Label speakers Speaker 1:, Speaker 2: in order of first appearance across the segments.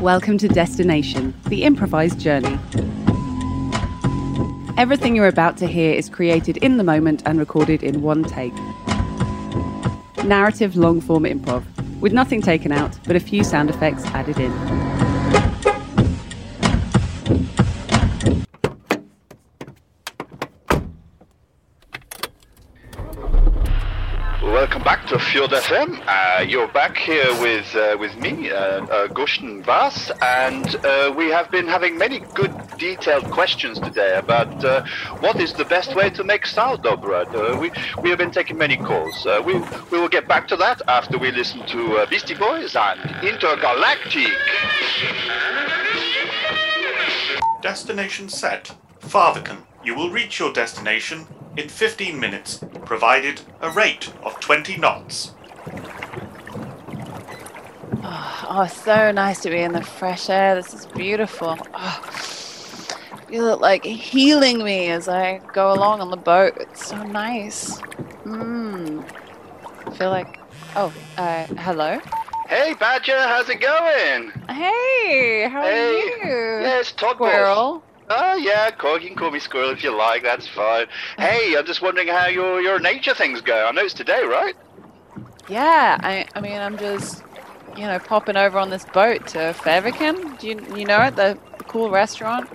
Speaker 1: Welcome to Destination, the improvised journey. Everything you're about to hear is created in the moment and recorded in one take. Narrative long form improv, with nothing taken out but a few sound effects added in.
Speaker 2: Welcome back to Fjord FM. Uh, you're back here with uh, with me, uh, uh, Gushen Vas, and uh, we have been having many good detailed questions today about uh, what is the best way to make sourdough bread. Uh, we we have been taking many calls. Uh, we we will get back to that after we listen to uh, Beastie Boys and Intergalactic.
Speaker 3: Destination set. Farthington. You will reach your destination in 15 minutes, provided a rate of 20 knots.
Speaker 4: Oh, it's so nice to be in the fresh air. This is beautiful. Oh, you look like healing me as I go along on the boat. It's so nice. Mmm. I feel like. Oh, uh, hello.
Speaker 2: Hey Badger, how's it going?
Speaker 4: Hey, how
Speaker 2: hey,
Speaker 4: are you?
Speaker 2: yes, Todd Wolf.
Speaker 4: Squirrel.
Speaker 2: Oh yeah, Cor- you can call me Squirrel if you like. That's fine. Hey, I'm just wondering how your your nature things go. I know it's today, right?
Speaker 4: Yeah, I, I mean, I'm just, you know, popping over on this boat to Faverkin. Do you, you know it? The cool restaurant?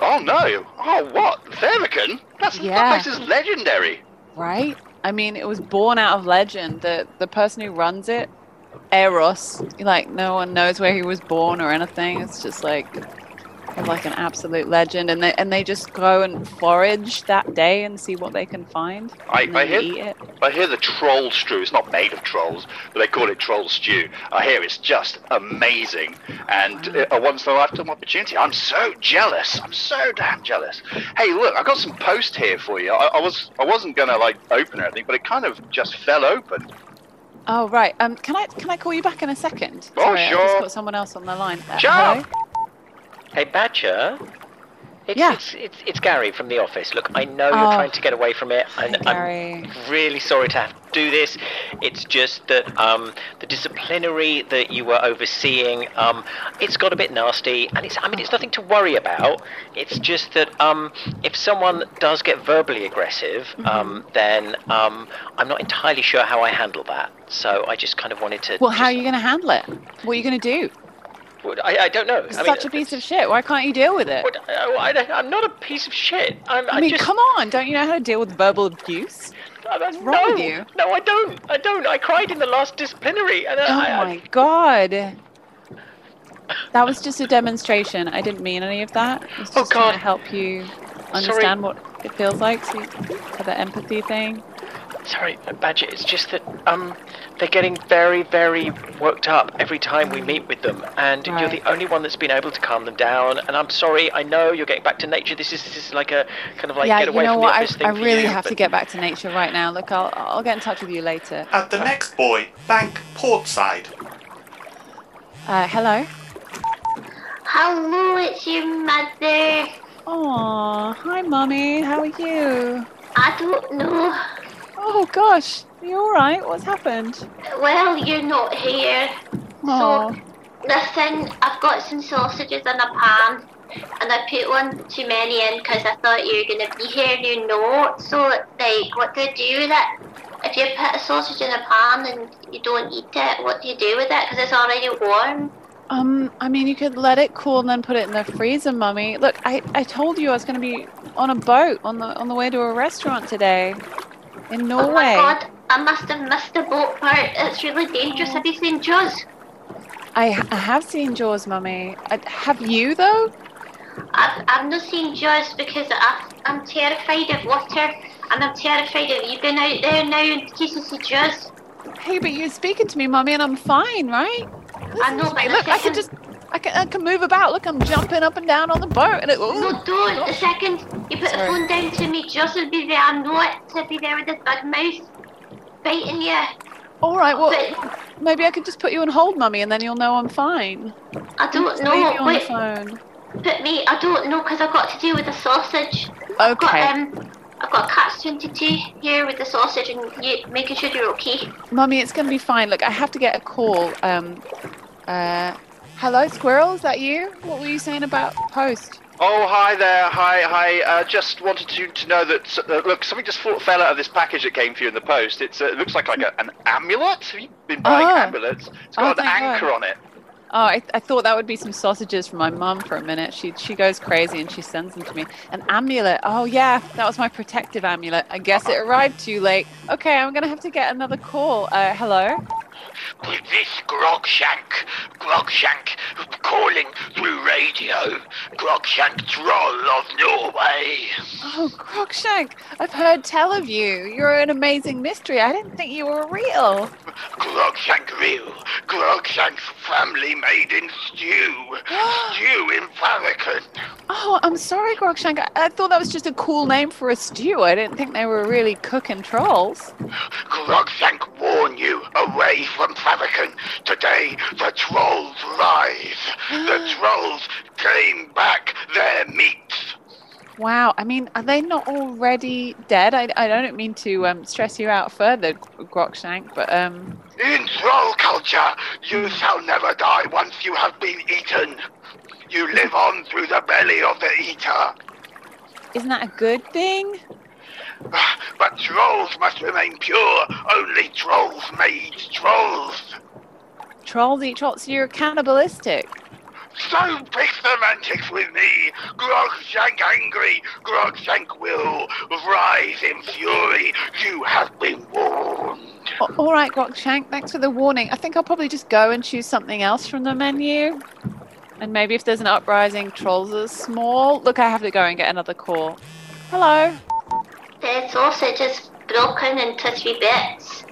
Speaker 2: Oh no! Oh what? Fairvican? That's
Speaker 4: Yeah.
Speaker 2: that place is legendary.
Speaker 4: Right? I mean, it was born out of legend. The the person who runs it, Eros, like no one knows where he was born or anything. It's just like they're like an absolute legend, and they and they just go and forage that day and see what they can find.
Speaker 2: I-
Speaker 4: and
Speaker 2: I
Speaker 4: then
Speaker 2: hear-
Speaker 4: eat it.
Speaker 2: I hear the troll stew. It's not made of trolls, but they call it troll stew. I hear it's just amazing, and uh, a once in a lifetime opportunity. I'm so jealous. I'm so damn jealous. Hey, look, I got some post here for you. I, I was I wasn't gonna like open or anything, but it kind of just fell open.
Speaker 4: Oh right. Um, can I can I call you back in a second?
Speaker 2: Oh,
Speaker 4: Sorry, I
Speaker 2: sure.
Speaker 4: just got someone else on the line. Uh,
Speaker 2: Sure.
Speaker 4: hello?
Speaker 5: Hey, Badger. It's,
Speaker 4: Yeah.
Speaker 5: it's, it's, it's Gary from the office. Look, I know
Speaker 4: Oh.
Speaker 5: you're trying to get away from it. and
Speaker 4: Hey,
Speaker 5: I'm
Speaker 4: Gary.
Speaker 5: really sorry to have to do this. It's just that um, the disciplinary that you were overseeing, um, it's got a bit nasty. And it's, I mean, it's nothing to worry about. It's just that um, if someone does get verbally aggressive,
Speaker 4: Mm-hmm.
Speaker 5: um, then um, I'm not entirely sure how I handle that. So I just kind of wanted to.
Speaker 4: Well, how are
Speaker 5: just-
Speaker 4: you going to handle it? What are you going to do?
Speaker 5: I, I don't know.
Speaker 4: It's
Speaker 5: I mean,
Speaker 4: such a piece of shit. Why can't you deal with it?
Speaker 5: What, Oh, I, I, I'm not a piece of shit. I'm,
Speaker 4: I mean,
Speaker 5: just,
Speaker 4: come on! Don't you know how to deal with verbal abuse?
Speaker 5: I, I,
Speaker 4: wrong
Speaker 5: no,
Speaker 4: with you?
Speaker 5: No, I don't. I don't. I cried in the last disciplinary. And
Speaker 4: Oh
Speaker 5: I, I,
Speaker 4: my god! That was just a demonstration. I didn't mean any of that. I was just
Speaker 5: Oh,
Speaker 4: trying
Speaker 5: God.
Speaker 4: to help you understand what it feels like so you, for the empathy thing.
Speaker 5: Sorry, Badger. It's just that um, they're getting very, very worked up every time we meet with them, and you're
Speaker 4: Right.
Speaker 5: the only one that's been able to calm them down. And I'm sorry. I know you're getting back to nature. This is this is like a kind of like
Speaker 4: yeah,
Speaker 5: get
Speaker 4: you
Speaker 5: away
Speaker 4: know
Speaker 5: from
Speaker 4: what?
Speaker 5: the
Speaker 4: I,
Speaker 5: office thing
Speaker 4: I
Speaker 5: for
Speaker 4: really
Speaker 5: you,
Speaker 4: have to
Speaker 5: but-
Speaker 4: get back to nature right now. Look, I'll I'll get in touch with you later.
Speaker 3: At the next buoy, bank port side.
Speaker 4: Uh, hello.
Speaker 6: Hello, it's your mother.
Speaker 4: Aw, hi, mommy. How are you?
Speaker 6: I don't know.
Speaker 4: Oh gosh, are you all right? What's happened?
Speaker 6: Well, you're not here.
Speaker 4: Aw.
Speaker 6: Listen, I've got some sausages in a pan, and I put one too many in because I thought you were going to be here and you're not. So, like, what do I do with it? If you put a sausage in a pan and you don't eat it, what do you do with it? Because it's already warm.
Speaker 4: Um, I mean, you could let it cool and then put it in the freezer, mummy. Look, I, I told you I was going to be on a boat on the on the way to a restaurant today in
Speaker 6: oh my
Speaker 4: Norway.
Speaker 6: god, I must have missed the boat part. It's really dangerous. Have you seen Jaws?
Speaker 4: I, I have seen Jaws, mummy. I, have you though?
Speaker 6: I've, I've not seen Jaws because I, I'm terrified of water and I'm terrified of you being out there now in case you see Jaws.
Speaker 4: Hey, but you're speaking to me, mummy, and I'm fine, right?
Speaker 6: I know,
Speaker 4: Listen to
Speaker 6: but
Speaker 4: me.
Speaker 6: the
Speaker 4: look, I can
Speaker 6: second-
Speaker 4: just I can I can move about. Look, I'm jumping up and down on the boat, and it.
Speaker 6: No, don't. The second you put
Speaker 4: Sorry.
Speaker 6: the phone down to me, Jaws will be there. I know it. He'll be there with his big mouth biting you.
Speaker 4: all right, well,
Speaker 6: But
Speaker 4: maybe I could just put you on hold, mummy, and then you'll know I'm fine.
Speaker 6: I don't
Speaker 4: Just leave you
Speaker 6: know.
Speaker 4: on the
Speaker 6: Wait,
Speaker 4: phone.
Speaker 6: put me. I don't know because I've got to deal with the sausage. I've
Speaker 4: Okay.
Speaker 6: got, um, I've got catch 22 here with the sausage and you, making sure you're okay.
Speaker 4: Mummy, it's going to be fine. Look, I have to get a call. Um, uh, Hello, squirrel. Is that you? What were you saying about post?
Speaker 1: Oh, hi there. Hi, hi. Uh, just wanted to, to know that. Uh, look, something just fall- fell out of this package that came for you in the post. It's, uh, it looks like, like a, an amulet. Have you been buying
Speaker 4: Oh.
Speaker 1: amulets? It's got
Speaker 4: Oh,
Speaker 1: an
Speaker 4: thank
Speaker 1: anchor
Speaker 4: God.
Speaker 1: on it.
Speaker 4: Oh, I, I thought that would be some sausages for my mum for a minute. She she goes crazy and she sends them to me. An amulet. Oh yeah, that was my protective amulet. I guess it arrived too late. Okay, I'm gonna have to get another call. Uh, hello.
Speaker 2: With this Grogshank, Grogshank calling through radio, Grogshank Troll of Norway.
Speaker 4: Oh, Crockshank, I've heard tell of you. You're an amazing mystery. I didn't think you were real.
Speaker 2: Grogshank real, Grogshank family made in stew, stew in Farrakhan.
Speaker 4: Oh, I'm sorry, Crockshank. I, I thought that was just a cool name for a stew. I didn't think they were really cooking trolls.
Speaker 2: Grogshank warn you away from Farrakhan. Today the trolls rise. The trolls claim back their meats.
Speaker 4: Wow. I mean, are they not already dead? I, I don't mean to um, stress you out further, Crockshank, but um,
Speaker 2: In troll culture, you shall never die once you have been eaten. You live on through the belly of the eater.
Speaker 4: isn't that a good thing?
Speaker 2: But trolls must remain pure. Only trolls made trolls.
Speaker 4: Trolls eat trolls. So you're cannibalistic.
Speaker 2: So pick semantics with me. Grogshank angry. Grogshank will rise in fury. You have been warned.
Speaker 4: A- All right, Grokshank, thanks for the warning. I think I'll probably just go and choose something else from the menu. And maybe if there's an uprising, trolls are small. Look, I have to go and get another call. Hello.
Speaker 6: The sausage is broken into three bits.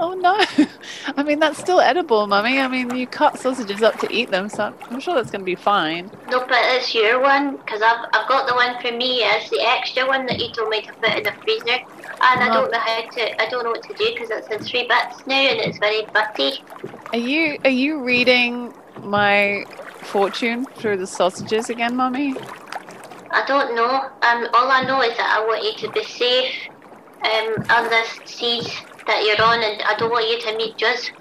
Speaker 4: Oh no. I mean, that's still edible, mummy. I mean, you cut sausages up to eat them, so I'm- I'm sure that's going to be fine.
Speaker 6: No, but it's your one, because I've, I've got the one for me as the extra one that you told me to put in the freezer. And I
Speaker 4: No.
Speaker 6: don't know how to, I don't know what to do because it's in three bits now and it's very butty.
Speaker 4: Are you are you reading my fortune through the sausages again, mummy?
Speaker 6: I don't know. Um, all I know is that I want you to be safe um, on this siege that you're on and I don't want you to meet Juz.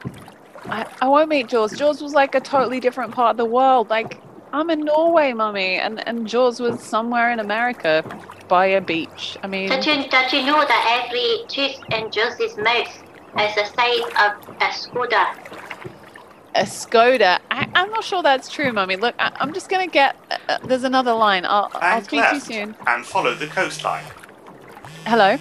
Speaker 4: I, I won't meet Jaws. Jaws was like a totally different part of the world. Like I'm in Norway, mummy, and and Jaws was somewhere in America, by a beach. I mean,
Speaker 6: Did you, did you know that every tooth in Juz's mouth is the size of a Skoda?
Speaker 4: a Skoda. I, I'm not sure that's true, mummy. Look, I, I'm just gonna get. Uh, uh, there's another line. I'll I'll
Speaker 3: Bank
Speaker 4: speak to you
Speaker 3: left
Speaker 4: soon.
Speaker 3: and follow the coastline.
Speaker 4: Hello.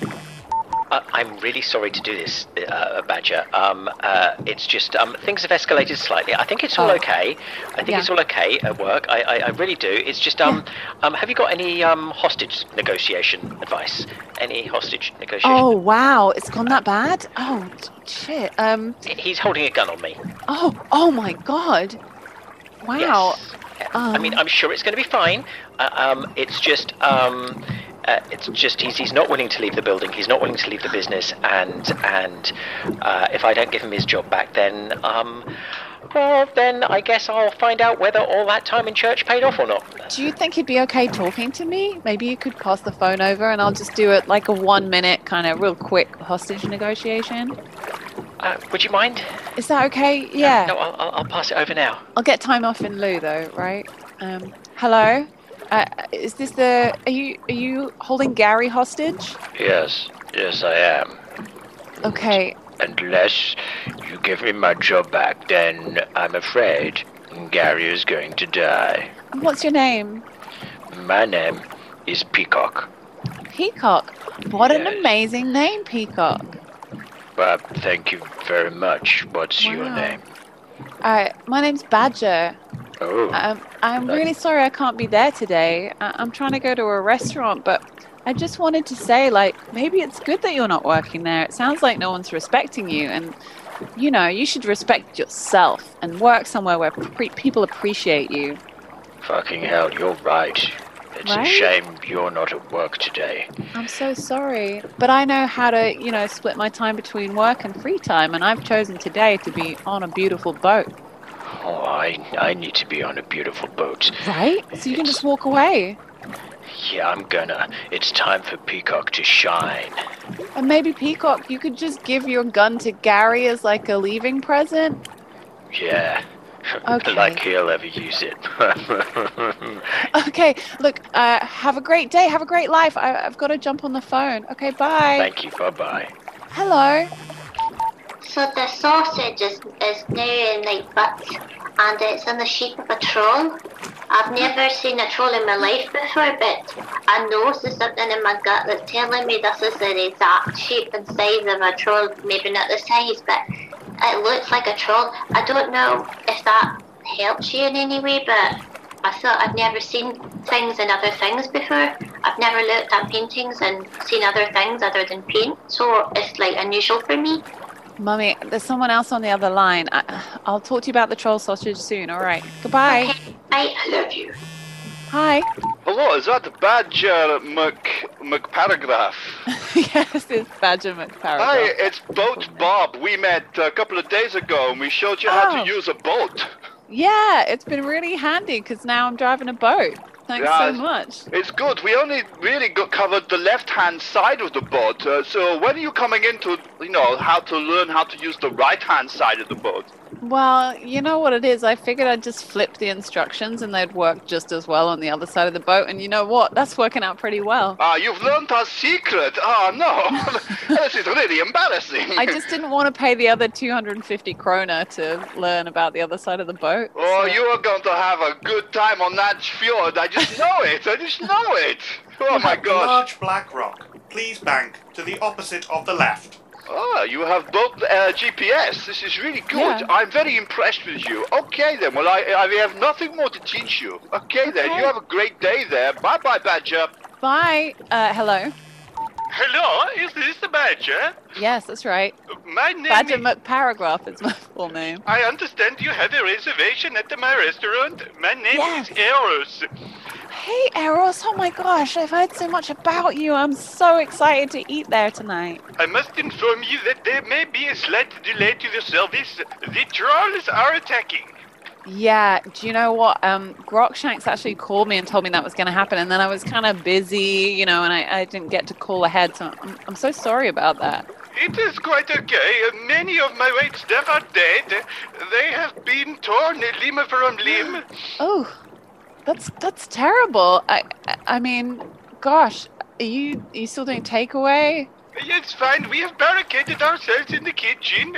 Speaker 5: Uh, I'm really sorry to do this, uh, Badger. Um, uh, it's just um, things have escalated slightly. I think it's all
Speaker 4: Oh.
Speaker 5: okay. I think
Speaker 4: Yeah.
Speaker 5: it's all okay at work. I, I, I really do. It's just um, um, have you got any um, hostage negotiation advice? Any hostage negotiation?
Speaker 4: Oh wow, it's gone that bad. Oh shit. Um.
Speaker 5: He's holding a gun on me.
Speaker 4: Oh oh my god. Wow.
Speaker 5: Yes. I mean,
Speaker 4: um,
Speaker 5: I'm sure it's going to be fine. Uh, um, it's just, um, uh, it's just he's, he's not willing to leave the building. He's not willing to leave the business, and and uh, if I don't give him his job back, then um, well, then I guess I'll find out whether all that time in church paid off or not.
Speaker 4: Do you think he'd be okay talking to me? Maybe you could pass the phone over and I'll just do it like a one minute kind of real quick hostage negotiation.
Speaker 5: Uh, would you mind?
Speaker 4: Is that okay? Yeah.
Speaker 5: No, I'll, I'll- I'll pass it over now.
Speaker 4: I'll get time off in lieu though, right? Um, hello? Uh, is this the. Are you, are you holding Gary hostage?
Speaker 2: Yes, yes, I am.
Speaker 4: Okay.
Speaker 2: Unless you give me my job back, then I'm afraid Gary is going to die.
Speaker 4: And What's your name?
Speaker 2: My name is Peacock.
Speaker 4: Peacock. What an
Speaker 2: Yes.
Speaker 4: amazing name, Peacock.
Speaker 2: Well, thank you very much. What's your
Speaker 4: Wow.
Speaker 2: name?
Speaker 4: Uh, my name's Badger.
Speaker 2: Oh,
Speaker 4: Um, I'm
Speaker 2: Right.
Speaker 4: really sorry I can't be there today. I- I'm trying to go to a restaurant, but I just wanted to say, like, maybe it's good that you're not working there. It sounds like no one's respecting you, and you know, you should respect yourself and work somewhere where pre- people appreciate you.
Speaker 2: fucking hell, you're right. It's
Speaker 4: Right?
Speaker 2: a shame you're not at work today.
Speaker 4: I'm so sorry, but I know how to, you know, split my time between work and free time, and I've chosen today to be on a beautiful boat.
Speaker 2: Oh, I, I need to be on a beautiful boat.
Speaker 4: Right? So you can just walk away,
Speaker 2: Yeah, I'm gonna. It's time for Peacock to shine.
Speaker 4: and maybe Peacock, you could just give your gun to Gary as like a leaving present.
Speaker 2: Yeah.
Speaker 4: Okay.
Speaker 5: like he'll ever use it.
Speaker 4: Okay, look, uh, have a great day. Have a great life. I, I've got to jump on the phone. Okay, bye.
Speaker 5: Thank you. Bye bye.
Speaker 4: Hello.
Speaker 6: So the sausage is, is now in my butt and it's in the shape of a troll. I've never seen a troll in my life before, but I know there's something in my gut that's telling me this is the exact shape and size of a troll. Maybe not the size, but it looks like a troll. I don't know if that helps you in any way, but I thought I've never seen things and other things before. I've never looked at paintings and seen other things other than paint, so it's like unusual for me.
Speaker 4: Mummy, there's someone else on the other line. I, I'll talk to you about the troll sausage soon. All right. Goodbye.
Speaker 6: I love you.
Speaker 4: Hi.
Speaker 2: Hello, is that Badger Mc McParagraph?
Speaker 4: yes, it's Badger McParagraph.
Speaker 2: Hi, it's Boat Bob. We met a couple of days ago and we showed you how
Speaker 4: Oh.
Speaker 2: to use a boat.
Speaker 4: Yeah, it's been really handy because now I'm driving a boat. Thanks
Speaker 2: Yeah,
Speaker 4: so
Speaker 2: it's-
Speaker 4: much.
Speaker 2: It's good. We only really got covered the left-hand side of the boat. Uh, so when are you coming into, you know, how to learn how to use the right-hand side of the boat?
Speaker 4: Well, you know what it is. I figured I'd just flip the instructions and they'd work just as well on the other side of the boat. And you know what? That's working out pretty well.
Speaker 2: Ah, you've learned our secret. Ah, no. this is really embarrassing.
Speaker 4: I just didn't want to pay the other 250 krona to learn about the other side of the boat.
Speaker 2: Oh,
Speaker 4: so-
Speaker 2: you are going to have a good time on that fjord. I just know it. I just know it. Oh my
Speaker 3: The
Speaker 2: gosh.
Speaker 3: Large black rock. Please bank to the opposite of the left.
Speaker 2: Oh, you have both uh, GPS. This is really good.
Speaker 4: Yeah.
Speaker 2: I'm very impressed with you. Okay then. Well, I, I have nothing more to teach you. Okay then.
Speaker 4: Okay.
Speaker 2: You have a great day there. Bye bye, Badger.
Speaker 4: Bye. Uh, hello.
Speaker 7: Hello, is this the badger?
Speaker 4: Yes, that's right.
Speaker 7: My name
Speaker 4: Badger
Speaker 7: is...
Speaker 4: McParagraph is my full name.
Speaker 7: I understand you have a reservation at my restaurant. My name
Speaker 4: Yes.
Speaker 7: is Eros.
Speaker 4: Hey, Eros. Oh my gosh, I've heard so much about you. I'm so excited to eat there tonight.
Speaker 7: I must inform you that there may be a slight delay to the service. The trolls are attacking.
Speaker 4: Yeah, do you know what? Um, Grockshanks actually called me and told me that was going to happen, and then I was kind of busy, you know, and I, I didn't get to call ahead, so I'm, I'm so sorry about that.
Speaker 7: It is quite okay. Many of my wait staff are dead. They have been torn limb from limb.
Speaker 4: Oh, that's that's terrible. I I- I mean, gosh, are you are you still doing takeaway?
Speaker 7: It's fine. We have barricaded ourselves in the kitchen.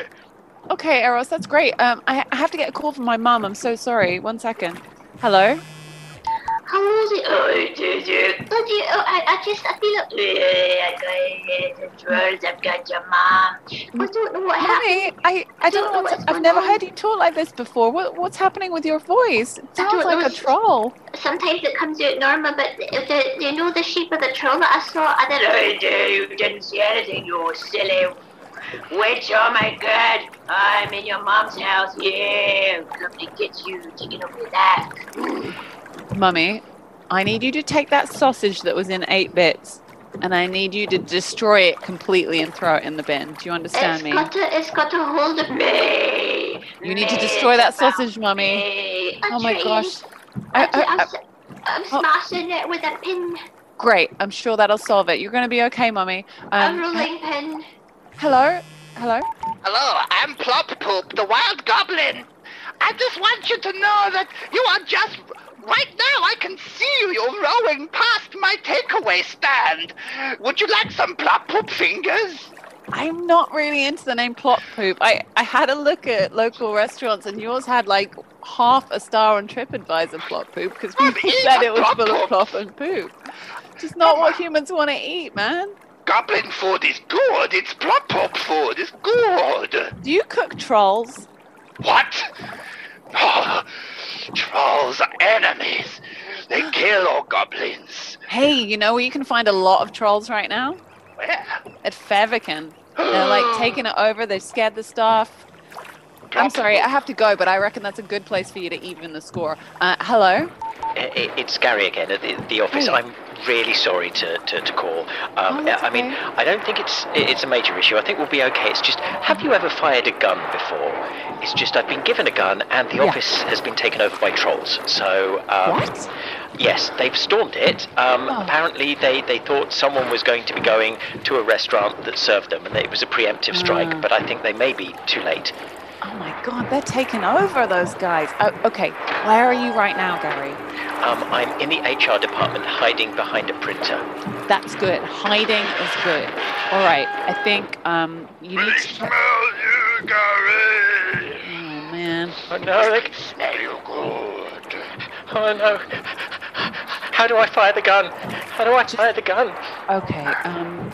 Speaker 4: Okay, Eros, that's great. Um, I, I have to get a call from my mum. I'm so sorry. One second. Hello.
Speaker 6: How was it? Oh, dude, dude. Did you, oh, I, I just, I feel like, yeah, I got it, drugs, I've got your mom. I don't know what
Speaker 4: Mummy,
Speaker 6: happened.
Speaker 4: I, I don't know what's. I've never heard you talk like this before. What, what's happening with your voice? It sounds like a troll.
Speaker 6: Sometimes it comes out normal, but the, you know the shape of the troll that I saw? I did, oh, dude, you didn't see anything, you silly witch. Oh, my God. I'm in your mom's house. Yeah, come to get you, taking away that.
Speaker 4: Mummy, I need you to take that sausage that was in eight bits and I need you to destroy it completely and throw it in the bin. Do you understand
Speaker 6: It's
Speaker 4: me?
Speaker 6: got, a, it's got a hold of me.
Speaker 4: You need to
Speaker 6: Me,
Speaker 4: destroy that
Speaker 6: it's about
Speaker 4: sausage, Mummy.
Speaker 6: me.
Speaker 4: Oh
Speaker 6: I'm
Speaker 4: my
Speaker 6: trying.
Speaker 4: gosh. oh, I,
Speaker 6: I,
Speaker 4: I-
Speaker 6: am
Speaker 4: I- oh.
Speaker 6: smashing it with a pin,
Speaker 4: great. I'm sure that'll solve it. You're going to be okay, Mummy.
Speaker 6: a
Speaker 4: Um,
Speaker 6: rolling pin.
Speaker 4: hello? Hello?
Speaker 7: Hello, I'm Plop Poop, the Wild Goblin. I just want you to know that you are just. Right now, I can see you rolling past my takeaway stand. Would you like some Plop Poop fingers?
Speaker 4: I'm not really into the name Plot Poop. I, I had a look at local restaurants and yours had like half a star on TripAdvisor Plot Poop because
Speaker 7: I've
Speaker 4: people
Speaker 7: eaten
Speaker 4: said it was
Speaker 7: Plot
Speaker 4: full of
Speaker 7: Poop.
Speaker 4: plop and poop. Just not what humans want to eat, man.
Speaker 7: Goblin food is good. It's Plop Poop food. It's good.
Speaker 4: Do you cook trolls?
Speaker 7: What? Oh, trolls are enemies. They kill all goblins.
Speaker 4: Hey, you know where you can find a lot of trolls right now?
Speaker 7: Where?
Speaker 4: At Favican. They're like taking it over, they've scared the staff. I'm sorry, I have to go, but I reckon that's a good place for you to even the score. Uh, hello?
Speaker 5: It, it's Gary again at the, the office.
Speaker 4: Hey.
Speaker 5: I'm really sorry to, to, to call. Um,
Speaker 4: Oh, that's
Speaker 5: I mean,
Speaker 4: okay.
Speaker 5: I don't think it's it- it's a major issue. I think we'll be okay. It's just, have you ever fired a gun before? It's just I've been given a gun, and the
Speaker 4: Yeah.
Speaker 5: office has been taken over by trolls. So um,
Speaker 4: What?
Speaker 5: Yes, they've stormed it. Um,
Speaker 4: Oh.
Speaker 5: Apparently, they, they thought someone was going to be going to a restaurant that served them, and that it was a preemptive strike.
Speaker 4: Ah.
Speaker 5: But I think they may be too late.
Speaker 4: Oh my god, they're taking over those guys. Oh, okay, where are you right now, Gary?
Speaker 5: Um, I'm in the HR department hiding behind a printer.
Speaker 4: That's good. Hiding is good. All right, I think um, you need to.
Speaker 2: smell you, Gary.
Speaker 4: Oh man.
Speaker 5: Oh no, they can
Speaker 2: Smell you good.
Speaker 5: Oh no. How do I fire the gun? How do I fire the gun?
Speaker 4: Okay. Um,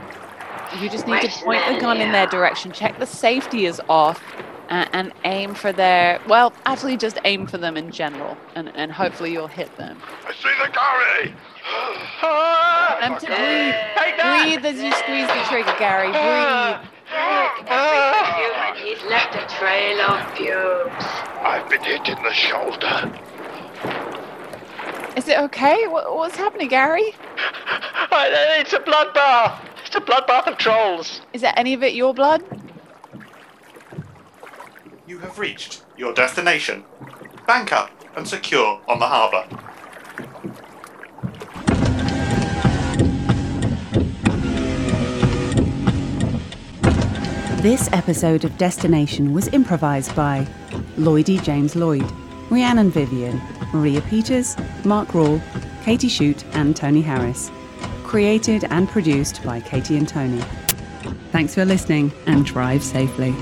Speaker 4: you just need to point the gun in their direction. Check the safety is off, uh, and aim for their. Well, actually, just aim for them in general, and, and hopefully you'll hit them.
Speaker 2: I see the Gary.
Speaker 4: Um, to breathe. Breathe as you squeeze the trigger, Gary. Breathe.
Speaker 6: Every human, he's left a trail of pubes.
Speaker 2: I've been hit in the shoulder.
Speaker 4: Is it okay? What, what's happening, Gary?
Speaker 5: I- It's a bloodbath. It's a bloodbath of trolls.
Speaker 4: Is that any of it your blood?
Speaker 3: You have reached your destination. Bank up and secure on the harbour.
Speaker 1: This episode of Destination was improvised by Lloydie James Lloyd, Rhiannon Vivian, Maria Peters, Mark Rawl, Katie Shute, and Tony Harris. Created and produced by Katie and Tony. Thanks for listening and drive safely.